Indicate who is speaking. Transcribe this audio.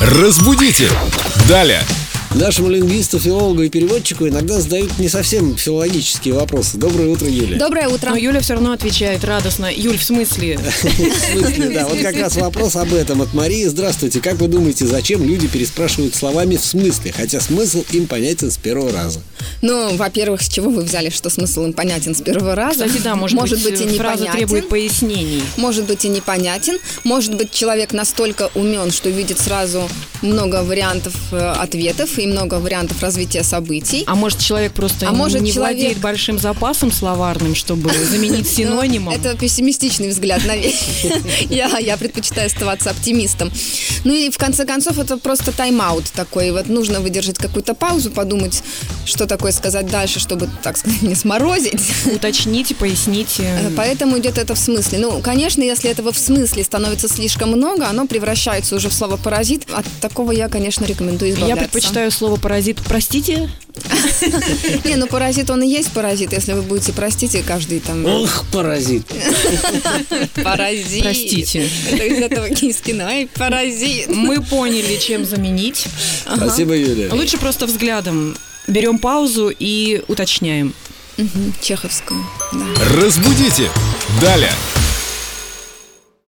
Speaker 1: Разбудите! Далее!
Speaker 2: Нашему лингвисту, филологу и переводчику иногда задают не совсем филологические вопросы. Доброе утро, Юля.
Speaker 3: Доброе утро.
Speaker 4: Но Юля все равно отвечает радостно. Юль, в смысле?
Speaker 2: В смысле, да, вот как раз вопрос об этом от Марии. Здравствуйте. Как вы думаете, зачем люди переспрашивают словами в смысле, хотя смысл им понятен с первого раза?
Speaker 3: Ну, во-первых, с чего вы взяли, что смысл им понятен с первого раза?
Speaker 4: Кстати, да, может, э,
Speaker 3: быть, и
Speaker 4: фраза требует
Speaker 3: непонятен.
Speaker 4: пояснений.
Speaker 3: Может быть, и непонятен. Может быть, человек настолько умен, что видит сразу много вариантов э, ответов и много вариантов развития событий.
Speaker 4: А может, человек просто
Speaker 3: А может,
Speaker 4: не
Speaker 3: человек-
Speaker 4: владеет большим запасом словарным, чтобы заменить
Speaker 3: Ну,
Speaker 4: синонимом?
Speaker 3: Это пессимистичный взгляд на вещь. Я, я предпочитаю оставаться оптимистом. Ну и в конце концов это просто тайм-аут такой. Вот нужно выдержать какую-то паузу, подумать, что такое сказать дальше, чтобы, так сказать, не сморозить.
Speaker 4: Уточните,
Speaker 3: Э,
Speaker 4: поясните.
Speaker 3: Поэтому идет это в смысле. Ну, конечно, если этого в смысле становится слишком много, оно превращается уже в слово паразит. От такого я, конечно, рекомендую
Speaker 4: Я
Speaker 3: избавляться.
Speaker 4: предпочитаю слово паразит. Простите?
Speaker 3: Не, ну паразит он и есть паразит, если вы будете, простите, каждый там
Speaker 2: Ох, паразит.
Speaker 3: паразит.
Speaker 4: Простите.
Speaker 3: Это из этого Кискина. Ай, паразит.
Speaker 4: Мы поняли, чем заменить.
Speaker 2: Спасибо, Юля.
Speaker 4: Лучше просто взглядом. Берем паузу и уточняем.
Speaker 3: Мгм, Чеховскую, да.
Speaker 1: Разбудите! Далее!